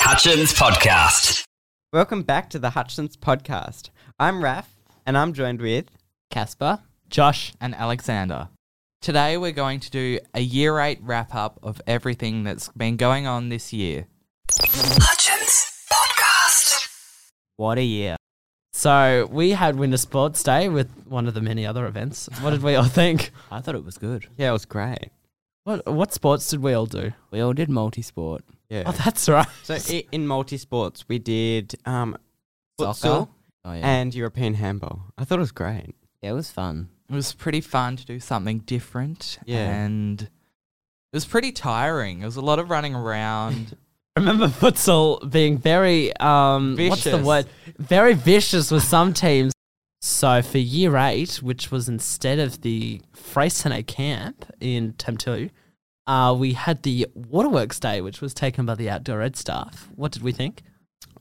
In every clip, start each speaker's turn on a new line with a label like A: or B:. A: Hutchins Podcast.
B: Welcome back to the Hutchins podcast. I'm Raf, and I'm joined with.
C: Casper,
D: Josh,
C: and Alexander. Today we're going to do a year eight wrap up of everything that's been going on this year.
A: Hutchins Podcast.
C: What a year.
D: so we had Winter Sports Day with one of the many other events. What did we all think?
E: I thought it was good.
B: Yeah, it was great.
D: What what sports did we all do?
E: We all did multi-sport.
B: Yeah.
D: Oh, that's right.
B: so i- in multi sports, we did um,
C: Soccer.
B: futsal
E: Oh yeah,
B: and European handball. I thought it was great.
E: yeah, it was fun.
C: It was pretty fun to do something different.
B: Yeah.
C: And it was pretty tiring. It was a lot of running around.
D: I remember futsal being very um what's the
C: Vicious.
D: word? Very vicious with some teams. So for year eight, which was instead of the Freycinet camp in term two, uh, we had the Waterworks Day, which was taken by the Outdoor Ed staff. What did we think?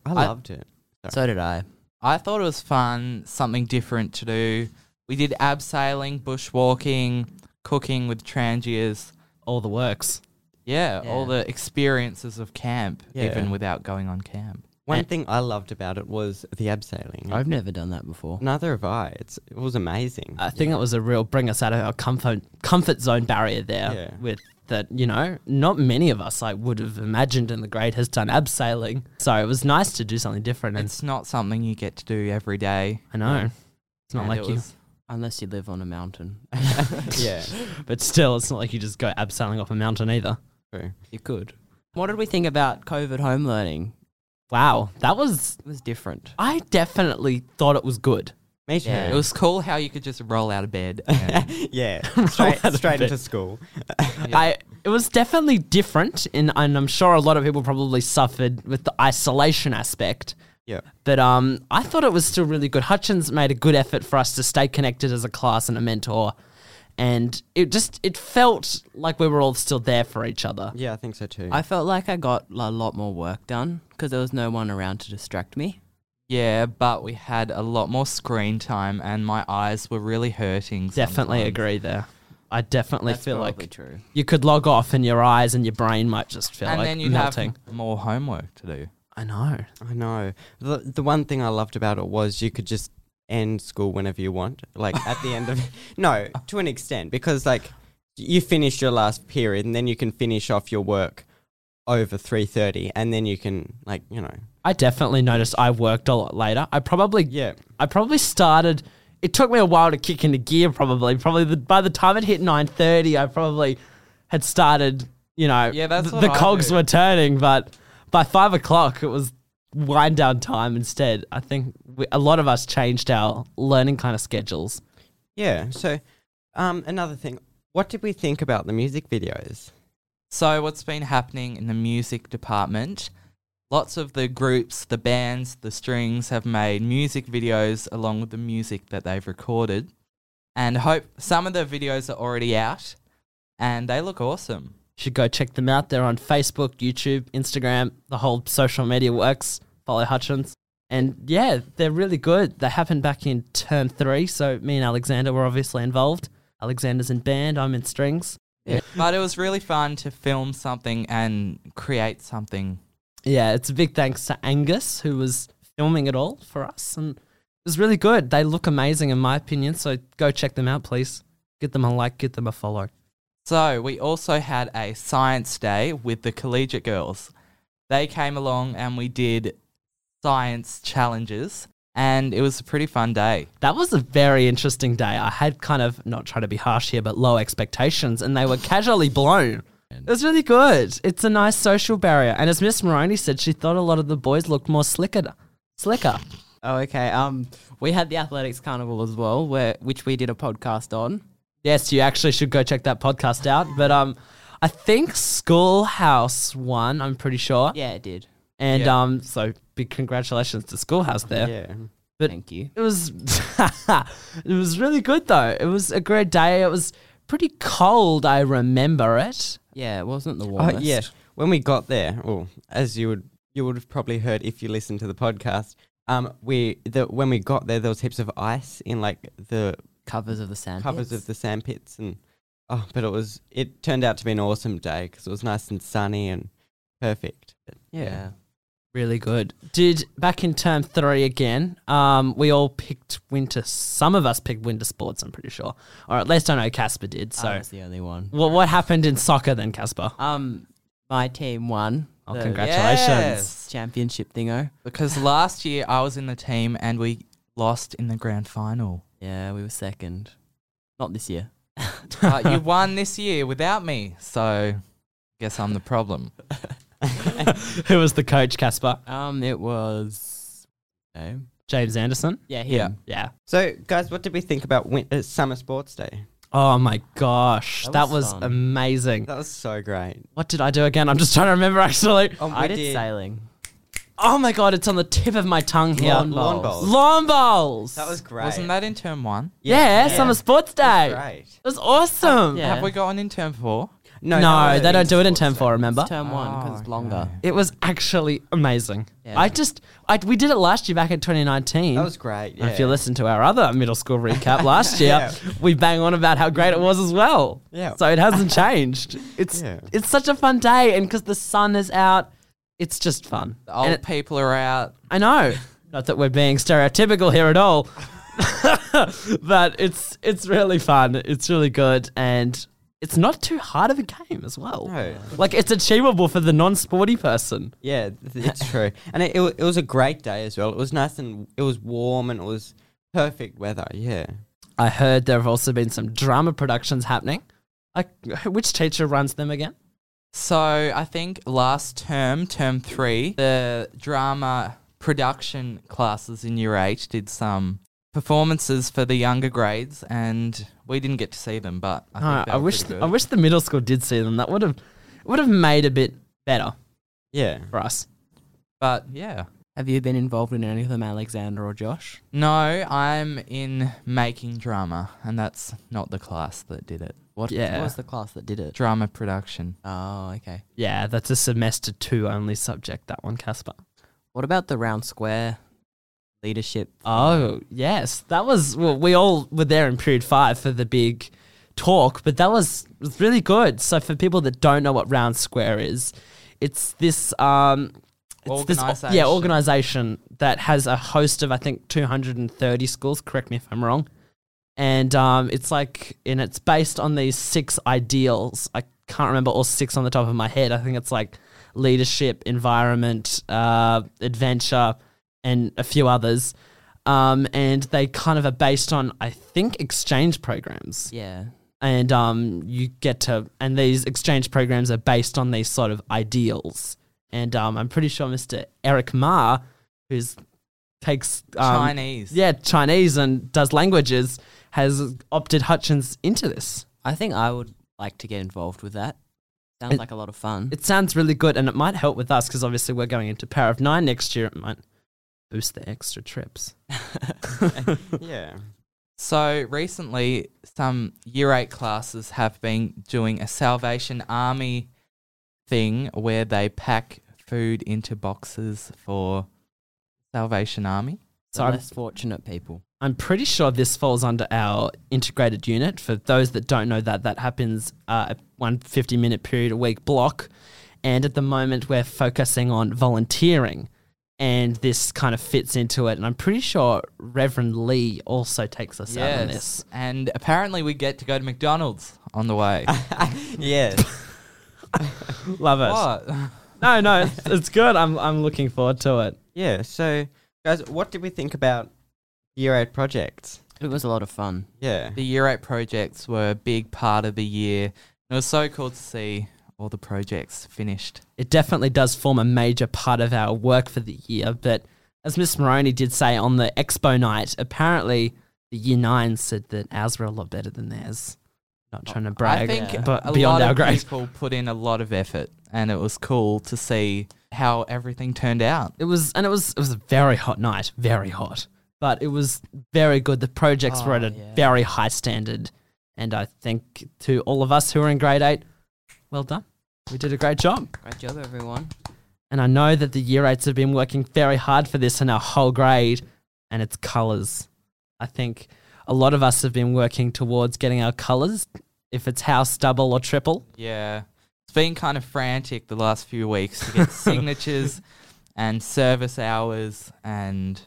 B: I,
C: I-
B: loved it.
E: So did I.
C: I thought it was fun, something different to do. We did abseiling, bushwalking, cooking with transiers.
D: All the works.
C: Yeah, all
E: Yeah.
C: the experiences of camp,
B: Yeah.
C: even without going on camp.
B: One
D: and-
B: thing I loved about it was the abseiling.
E: I've never done that before.
B: Neither have I. It's, it was amazing.
D: I think it was a real bring us out of our comfort comfort zone barrier there
B: Yeah.
D: with that you know not many of us I would have imagined in the grade has done abseiling so it was nice to do something different and
C: It's not something you get to do every day.
D: I know it's not
C: And
D: like
C: it
D: you
C: was-
E: Unless you live on a mountain,
B: yeah.
D: but still it's not like you just go abseiling off a mountain either
E: you could. What did we think about COVID home learning?
D: wow that was
E: It was different.
D: I definitely thought it was good
B: Me too.
C: It was cool how you could just roll out of bed. And
B: yeah.
D: Roll
B: Straight,
D: out of
B: straight
D: bed.
B: into school.
C: Yeah.
D: I it was definitely different in and I'm sure a lot of people probably suffered with the isolation aspect
B: Yeah.
D: But um, I thought it was still really good. Hutchins made a good effort for us to stay connected as a class and a mentor, and it just it felt like we were all still there for each other.
B: Yeah, I think so too.
E: I felt like I got a lot more work done because there was no one around to distract me.
C: yeah, but we had a lot more screen time and my eyes were really hurting.
D: Definitely
C: sometimes.
D: agree there. I definitely
E: That's
D: feel
E: probably
D: like
E: true.
D: you could log off, and your eyes and your brain might just feel
C: And
D: like
C: then you
D: melting.
C: have more homework to do.
D: I know.
B: I know. The, the one thing I loved about it was you could just end school whenever you want. Like at the end of no, to an extent, because like you finish your last period and then you can finish off your work over three thirty, and then you can like you know
D: I definitely noticed I worked a lot later. I probably
B: yeah
D: I probably started. It took me a while to kick into gear. Probably, probably the, by the time it hit nine thirty, I probably had started. You know,
C: Yeah, that's
D: th-
C: what
D: the
C: I
D: cogs
C: do.
D: were turning, but by five o'clock, it was wind down time instead. I think we, a lot of us changed our learning kind of schedules.
B: yeah. So um, another thing, what did we think about the music videos?
C: So, what's been happening in the music department? Lots of the groups, the bands, the strings have made music videos along with the music that they've recorded. And hope some of the videos are already out and they look awesome.
D: Should go check them out. They're on Facebook, YouTube, Instagram, the whole social media works. Follow Hutchins. And yeah, they're really good. They happened back in term three, so me and Alexander were obviously involved. Alexander's in band, I'm in strings.
C: But it was really fun to film something and create something.
D: Yeah, it's a big thanks to Angus who was filming it all for us and it was really good. They look amazing in my opinion, so go check them out, please. Get them a like, get them a follow.
C: So, we also had a science day with the collegiate girls. They came along and we did science challenges, and it was a pretty fun day.
D: That was a very interesting day. I had kind of not trying to be harsh here, but low expectations and they were casually blown. It was really good. It's a nice social barrier. And as Miss Maroney said, she thought a lot of the boys looked more slicker slicker.
E: Oh, okay. Um, we had the athletics carnival as well, where which we did a podcast on.
D: Yes, you actually should go check that podcast out. But um, I think Schoolhouse won. I'm pretty sure.
E: Yeah, it did.
D: And
C: Yeah.
D: um, so big congratulations to Schoolhouse there.
B: Yeah,
D: But-
E: Thank you.
D: It was it was really good though. It was a great day. It was pretty cold. I remember it.
E: Yeah, it wasn't the
B: oh
E: warmest.
B: yeah. When we got there, well, as you would you would have probably heard if you listened to the podcast. Um, we the, when we got there, there was heaps of ice in like the
E: covers of the sand.
B: covers
E: pits.
B: of the sand pits and oh but it was it turned out to be an awesome day because it was nice and sunny and perfect But, yeah,
D: Really good. Did back in term three again? Um, we all picked winter. Some of us picked winter sports. I'm pretty sure, or at least I know Casper did. So,
E: I was Oh, the only one.
D: what what happened in soccer then, Casper?
E: Um, my team won.
D: Oh,
E: the
D: congratulations!
C: Yes.
E: Championship thingo.
C: Because last year I was in the team and we lost in the grand final.
E: Yeah, we were second. Not this year.
C: But you won this year without me, so guess I'm the problem.
D: Who was the coach, Casper?
E: Um, it was. No.
D: James Anderson.
E: Yeah,
C: Yeah.
E: him.
D: Yeah.
B: So, guys, what did we think about win- uh, Summer Sports Day?
D: Oh my gosh, that,
E: That
D: was,
E: was fun.
D: amazing.
B: That was so great.
D: What did I do again? I'm just trying to remember actually.
B: Oh,
E: I did sailing.
D: Oh my god, it's on the tip of my tongue here.
E: Lawn
B: lawn
E: bowls.
B: bowls.
D: Lawn bowls.
B: That was great.
C: Wasn't that in term one?
D: yeah,
B: Yeah.
D: summer sports day. It
B: great?
D: was awesome.
E: Yeah.
C: Have we gone in term four?
D: No,
B: that was
D: they don't do it in term
B: sports
D: four. Remember?
E: It's term one because
C: okay.
E: it's longer.
D: It was actually amazing.
E: Yeah.
D: I just, I, we did it last year back in 2019.
B: That was great. Yeah.
D: And If you listen to our other middle school recap last year, we bang on about how great it was as well.
B: Yeah.
D: So it hasn't changed. It's
B: Yeah.
D: it's such a fun day, and because the sun is out, it's just fun.
C: The old
D: And it-
C: people are out.
D: I know. Not that we're being stereotypical here at all, but it's it's really fun. It's really good, and it's not too hard of a game as well.
B: No.
D: Like it's achievable for the non-sporty person.
B: Yeah, th- it's true. And it, it, wa- it was a great day as well. It was nice and it was warm and it was perfect weather. Yeah.
D: I heard there have also been some drama productions happening. Like, which teacher runs them again?
C: So I think last term, term three, the drama production classes in year eight did some performances for the younger grades, and we didn't get to see them. But I,
D: No,
C: think they
D: I
C: were
D: wish
C: pretty
D: th-
C: good.
D: I wish the middle school did see them. That would have would have made a bit better
B: Yeah.
D: for us.
C: But yeah,
E: Have you been involved in any of them, Alexander or Josh?
C: no, I'm in making drama, and that's not the class that did it.
E: What,
D: Yeah. Um,
E: what was the class that did it?
C: Drama production.
E: Oh, okay.
D: Yeah, that's a semester two only subject. That one, Casper.
E: What about the round square leadership?
D: Oh yes, that was well. We all were there in period five for the big talk, but that was was really good. So for people that don't know what Round Square is, it's this um, it's This,
C: Organisation.
D: yeah, organization that has a host of I think two hundred and thirty schools. Correct me if I'm wrong. And um, it's like, and it's based on these six ideals. I can't remember all six on the top of my head. I think it's like leadership, environment, uh, adventure, and a few others. Um, and they kind of are based on, I think, exchange programs.
E: Yeah.
D: And um, you get to, and these exchange programs are based on these sort of ideals. And um, I'm pretty sure Mr. Eric Ma, who's takes um,
C: Chinese.
D: yeah Chinese and does languages, has opted Hutchins into this.
E: I think I would like to get involved with that. Sounds
D: It-
E: like a lot of fun.
D: It sounds really good, and it might help with us because obviously we're going into Power of Nine next year. It might boost the extra trips.
B: Yeah.
C: So recently, some year eight classes have been doing a Salvation Army thing where they pack food into boxes for Salvation Army.
D: So
E: so
D: I'm-
E: less fortunate people.
D: I'm pretty sure this falls under our integrated unit. For those that don't know that, that happens uh, at one 50 minute period a week block. And at the moment, we're focusing on volunteering. And this kind of fits into it. And I'm pretty sure Reverend Lee also takes us out on this.
C: And apparently, we get to go to McDonald's on the way.
B: yes.
D: Love it.
C: what?
D: No, no, it's- it's good. I'm, I'm looking forward to it.
B: Yeah. So, guys, what did we think about year eight projects?
E: It was a lot of fun.
B: Yeah.
C: The year eight projects were a big part of the year. And it was so cool to see all the projects finished.
D: it definitely does form a major part of our work for the year. But as Miss Moroney did say on the expo night, apparently the year nine said that ours were a lot better than theirs. Not trying to brag,
C: I think
D: but
C: a
D: beyond
C: lot
D: our
C: of
D: grade.
C: people put in a lot of effort, and it was cool to see how everything turned out.
D: It was, and it was, it was a very hot night, very hot. But it was very good. The projects were at
C: Oh,
D: a
E: yeah.
D: very high standard, and I think to all of us who are in grade eight, well done. We did a great job.
E: Great job, everyone.
D: And I know that the year eights have been working very hard for this in our whole grade and its colours. I think a lot of us have been working towards getting our colours, if it's house double or triple.
C: Yeah, it's been kind of frantic the last few weeks to get signatures and service hours and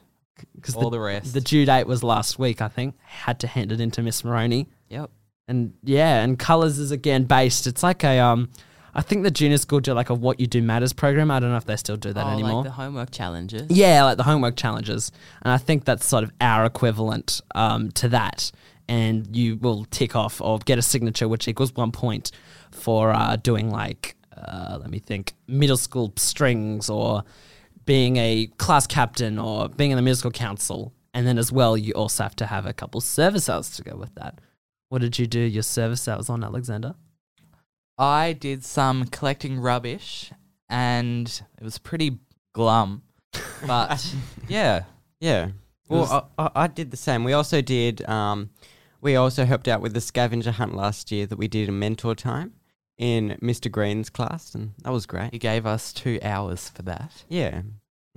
D: Because
C: all
D: the,
C: the, rest.
D: the due date was last week, I think. Had to hand it in to Miss Maroney.
C: yep.
D: and yeah, and colors is again based. It's like a um, I think the junior school do like a what you do matters program. I don't know if they still do that
E: oh,
D: anymore.
E: like the homework challenges.
D: yeah, like the homework challenges, and I think that's sort of our equivalent um to that. And you will tick off or get a signature, which equals one point for uh, doing like uh, let me think middle school strings or being a class captain or being in the musical council. And then as well, you also have to have a couple service hours to go with that. What did you do your service hours on, Alexander?
C: I did some collecting rubbish and it was pretty glum. But yeah.
B: Yeah. Well,
C: was-
B: I, I, I did the same. We also did. Um, we also helped out with the scavenger hunt last year that we did in mentor time in Mr. Green's class, and that was
C: He
B: great.
C: gave us two hours for that.
B: Yeah.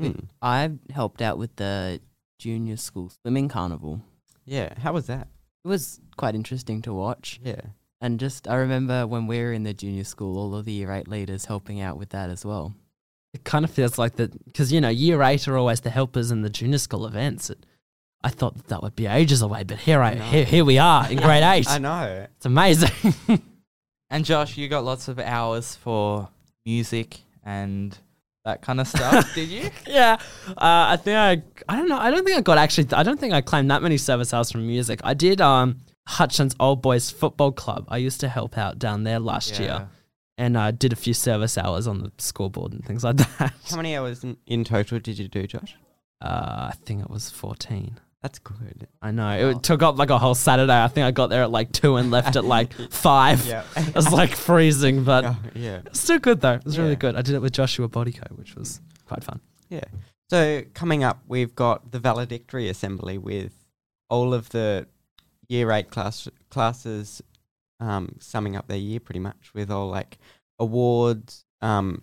B: Mm.
E: I helped out with the junior school swimming carnival.
B: Yeah. How was that?
E: It was quite interesting to watch.
B: Yeah.
E: And just, I remember when we were in the junior school, all of the year eight leaders helping out with that as well.
D: It kind of feels like that because you know year eight are always the helpers in the junior school events. It, I thought that, would be ages away, but here I
B: No.
D: here, here we are in grade eight.
B: I know.
D: It's amazing.
C: And Josh, you got lots of hours for music and that kind of stuff, did you?
D: yeah, uh, I think I I don't know. I don't think I got actually. I don't think I claimed that many service hours from music. I did um Hutchins Old Boys Football Club. I used to help out down there last year, and I did a few service hours on the scoreboard and things like that.
B: How many hours in, in total did you do, Josh?
D: Uh, I think it was fourteen.
B: That's good.
D: I know.
B: Oh.
D: It took up like a whole Saturday. I think I got there at like two and left at like five.
B: Yeah.
D: It was like freezing, but
B: Oh, yeah.
D: still good though. It was
B: Yeah.
D: really good. I did it with Joshua Bodycoat, which was quite fun.
B: Yeah. So coming up, we've got the valedictory assembly with all of the year eight class classes um, summing up their year pretty much with all like awards um,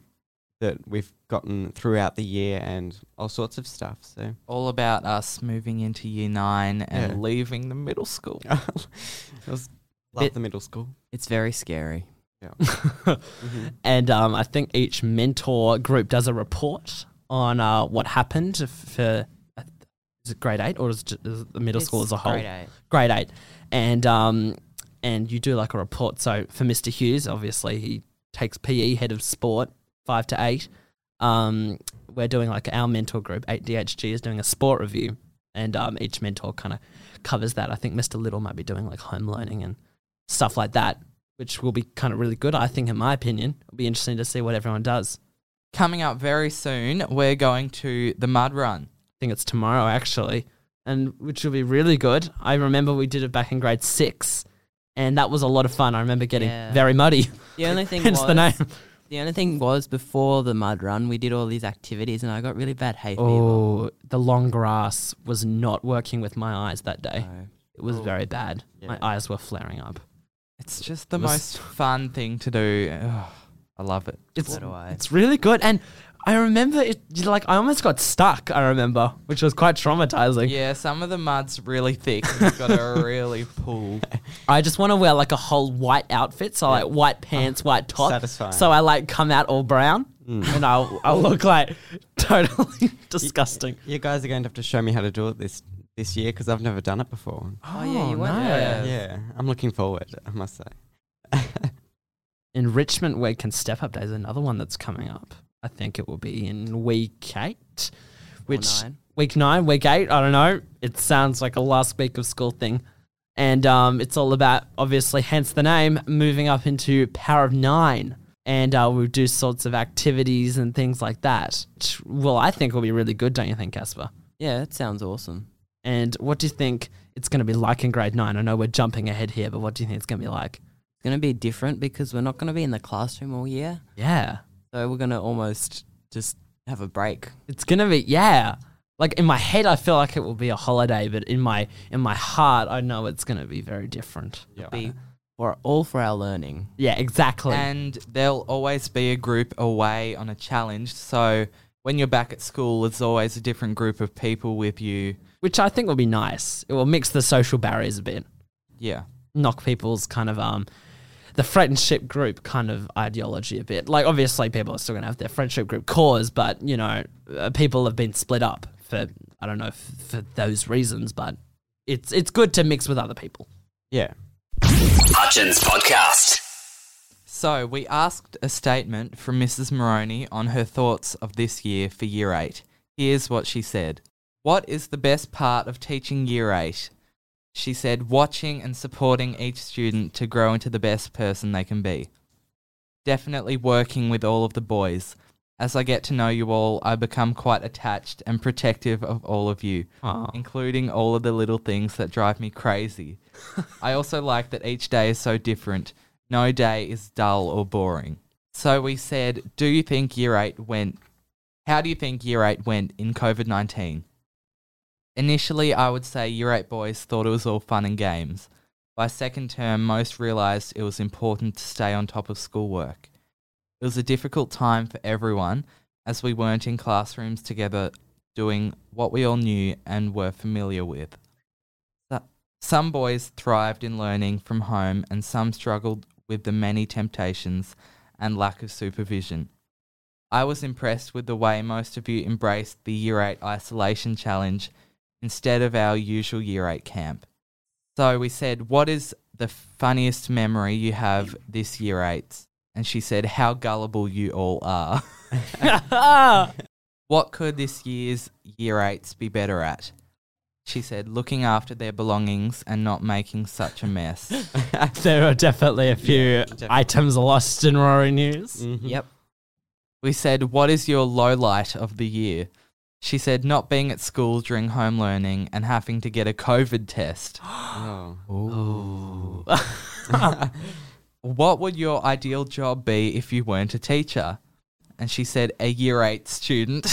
B: that we've gotten throughout the year and all sorts of stuff. So
C: All about us moving into year nine and
B: Yeah.
C: leaving the middle school.
B: I was, love
E: Bit-
B: the middle school. Mm-hmm.
E: It's very scary.
D: and um, I think each mentor group does a report on uh, what happened f- for. uh, Is it grade eight or is it, ju- is it the middle school as a whole?
E: eh?
D: grade eight, and um, and you do like a report. So for Mr. Hughes, obviously he takes PE head of sport five to eight. Um, we're doing like our mentor group eight DHG is doing a sport review, and um, each mentor kind of covers that. I think Mr. Little might be doing like home learning and stuff like that, which will be kind of really good. I think, in my opinion, it'll be interesting to see what everyone does.
C: Coming up very soon, we're going to the mud run.
D: I think it's tomorrow actually, and which will be really good. I remember we did it back in grade six, and that was a lot of fun. I remember getting
E: Yeah.
D: very muddy.
E: The only thing
D: Hence
E: was,
D: the name.
E: the only thing was before the mud run, we did all these activities, and I got really bad hay fever.
D: Oh, the long grass was not working with my eyes that day.
E: So-
D: It was
C: Oh.
D: very bad. My
B: Yeah.
D: eyes were flaring up.
C: It's just the
D: It was-
C: most fun thing to do. Ugh, I love it.
D: It's
E: So do I.
D: it's really good, and I remember it like I almost got stuck. I remember, which was quite traumatizing.
C: Yeah, some of the mud's really thick. You've got to really pull.
D: I just want to wear like a whole white outfit, so like white pants, white top.
B: satisfying. Mm.
D: So I like come out all brown, and I'll I'll look like totally disgusting.
B: You guys are going to have to show me how to do it this this year because I've never done it before.
E: Oh, yeah, you
D: Oh,
E: won't.
D: no.
C: Yeah.
B: Yeah, I'm looking forward. I must say.
D: Enrichment Week and Step Up Day is another one that's coming up. I think it will be in week eight, which
E: nine.
D: week nine, week eight. I don't know. It sounds like a last week of school thing, and um, it's all about obviously, hence the name, moving up into Power of Nine, and uh, we'll do sorts of activities and things like that. Which, well, I think will be really good, don't you think, Casper?
E: Yeah, that sounds awesome.
D: And what do you think it's going to be like in grade nine? I know we're jumping ahead here, but what do you think it's going to be like?
E: It's going to be different because we're not going to be in the classroom all year.
D: Yeah.
E: So we're going to almost just have a break.
D: It's gonna be yeah. Like in my head, I feel like it will be a holiday, but in my in my heart, I know it's gonna be very different.
B: Yeah.
E: Be for all for our learning.
D: Yeah, exactly.
C: And there'll always be a group away on a challenge. So when you're back at school, it's always a different group of people with you.
D: Which I think will be nice. It will mix the social barriers a bit,
C: Yeah.
D: knock people's kind of um the friendship group kind of ideology a bit. Like, obviously, people are still going to have their friendship group cause, but, you know, uh, people have been split up for, I don't know, f- for those reasons, but it's, it's good to mix with other people.
B: Yeah.
A: Hutchins Podcast.
C: So we asked a statement from Mrs. Moroney on her thoughts of this year for Year 8. Here's what she said. What is the best part of teaching Year 8? She said, watching and supporting each student to grow into the best person they can be. Definitely working with all of the boys. As I get to know you all, I become quite attached and protective of all of you, including all of the little things that drive me crazy. I also like that each day is so different. No day is dull or boring. So we said, do you think year eight went? How do you think year eight went in COVID 19? Initially, I would say year eight boys thought it was all fun and games. By second term, most realised it was important to stay on top of schoolwork. It was a difficult time for everyone as we weren't in classrooms together doing what we all knew and were familiar with. So- Some boys thrived in learning from home and some struggled with the many temptations and lack of supervision. I was impressed with the way most of you embraced the Year 8 isolation challenge instead of our usual Year 8 camp. So we said, What is the funniest memory you have this Year 8? And she said, How gullible you all are. what could this year's Year 8s be better at? She said, Looking after their belongings and not making such a mess.
B: Mm-hmm.
D: There are definitely a few items lost in Rory News.
C: Yep. We said, What is your low light of the year? She said, Not being at school during home learning and having to get a COVID test.
B: Oh.
C: What would your ideal job be if you weren't a teacher? And she said, A year eight student.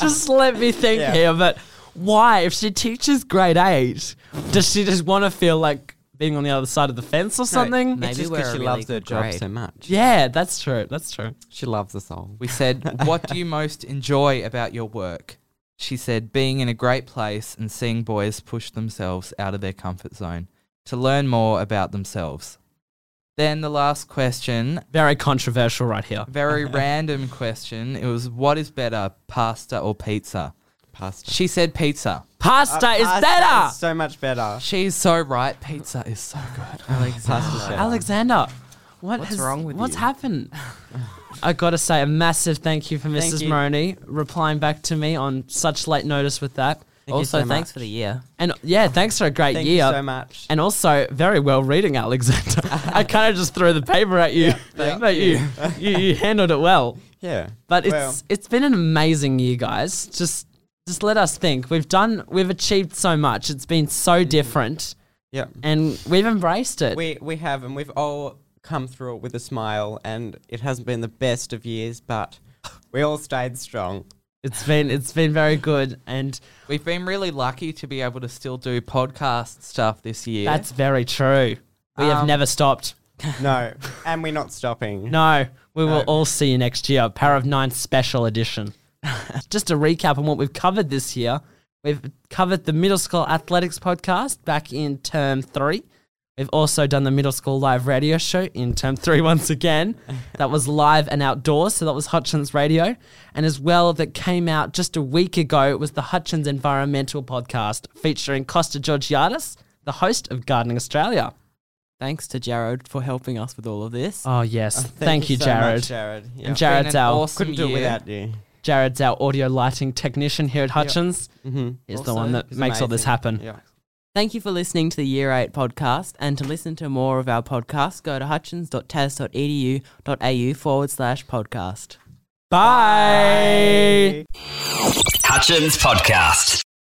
D: just let me think here, but why? If she teaches grade eight, does she just want to feel like being on the other side of the fence or something?
E: Maybe
B: It's just
E: we're
B: because
E: a
B: she
E: really
B: loves her
E: good
B: job
E: grade.
B: so much.
D: Yeah, that's true. That's true.
B: She loves us all.
C: we said, What do you most enjoy about your work? She said, Being in a great place and seeing boys push themselves out of their comfort zone to learn more about themselves. Then the last question
D: Very controversial right here.
C: Very random question. It was what is better, pasta or pizza?
B: Pasta.
C: She said pizza.
D: Pasta
B: Uh,
D: is better.
B: so much better.
C: She's so right. Pizza is so good.
B: Pasta's better.
D: Alexander, what
E: What's
D: has,
E: wrong with
D: what's
E: you?
D: happened? I gotta say a massive thank you for
B: Thank
D: Mrs.
B: you.
D: Moroney replying back to me on such late notice with that.
B: Thank you
E: also,
B: so
E: thanks
B: much.
E: for the year.
D: And yeah, thanks for a great
B: Thank
D: year.
B: you so much.
D: And also, very well reading, Alexander. I kind of just threw the paper at you, but you, you you handled it well.
B: yeah.
D: But it's
B: Well.
D: it's been an amazing year, guys. Just just let us think. We've done we've achieved so much. It's been so different,
B: Yeah.
D: and we've embraced it.
B: We we have and we've all come through it with a smile and it hasn't been the best of years, but we all stayed strong.
D: It's been it's been very good, and
C: We've been really lucky to be able to still do podcast stuff this year.
D: that's very true. We have
C: Um,
D: never stopped.
B: No. and we're not stopping.
D: No, we will
B: No.
D: all see you next year. Power of Nine Special Edition. Just to recap on what we've covered this year, we've covered the middle school athletics podcast back in term three. We've also done the middle school live radio show in term three once again. That was live and outdoors, so that was Hutchins Radio. And as well, that came out just a week ago was the Hutchins Environmental podcast featuring Costa Georgiadis, the host of Gardening Australia.
E: Thanks to Jared for helping us with all of this.
D: Oh, yes. thank, you,
B: so
D: Jared.
B: much, Jared. Yeah.
D: And
C: Been an
D: Jared's our
C: awesome
B: Couldn't do it
C: year.
B: without you.
D: Jared's our audio lighting technician here at Hutchins.
B: Mm-hmm.
D: He's
E: Also,
D: the one that
B: he's
D: makes all this
B: amazing.
D: happen.
B: Yeah.
E: Thank you for listening to the Year 8 podcast. And to listen to more of our podcast, go to hutchins.tas.edu.au forward slash podcast.
D: Bye.
A: Hutchins Podcast.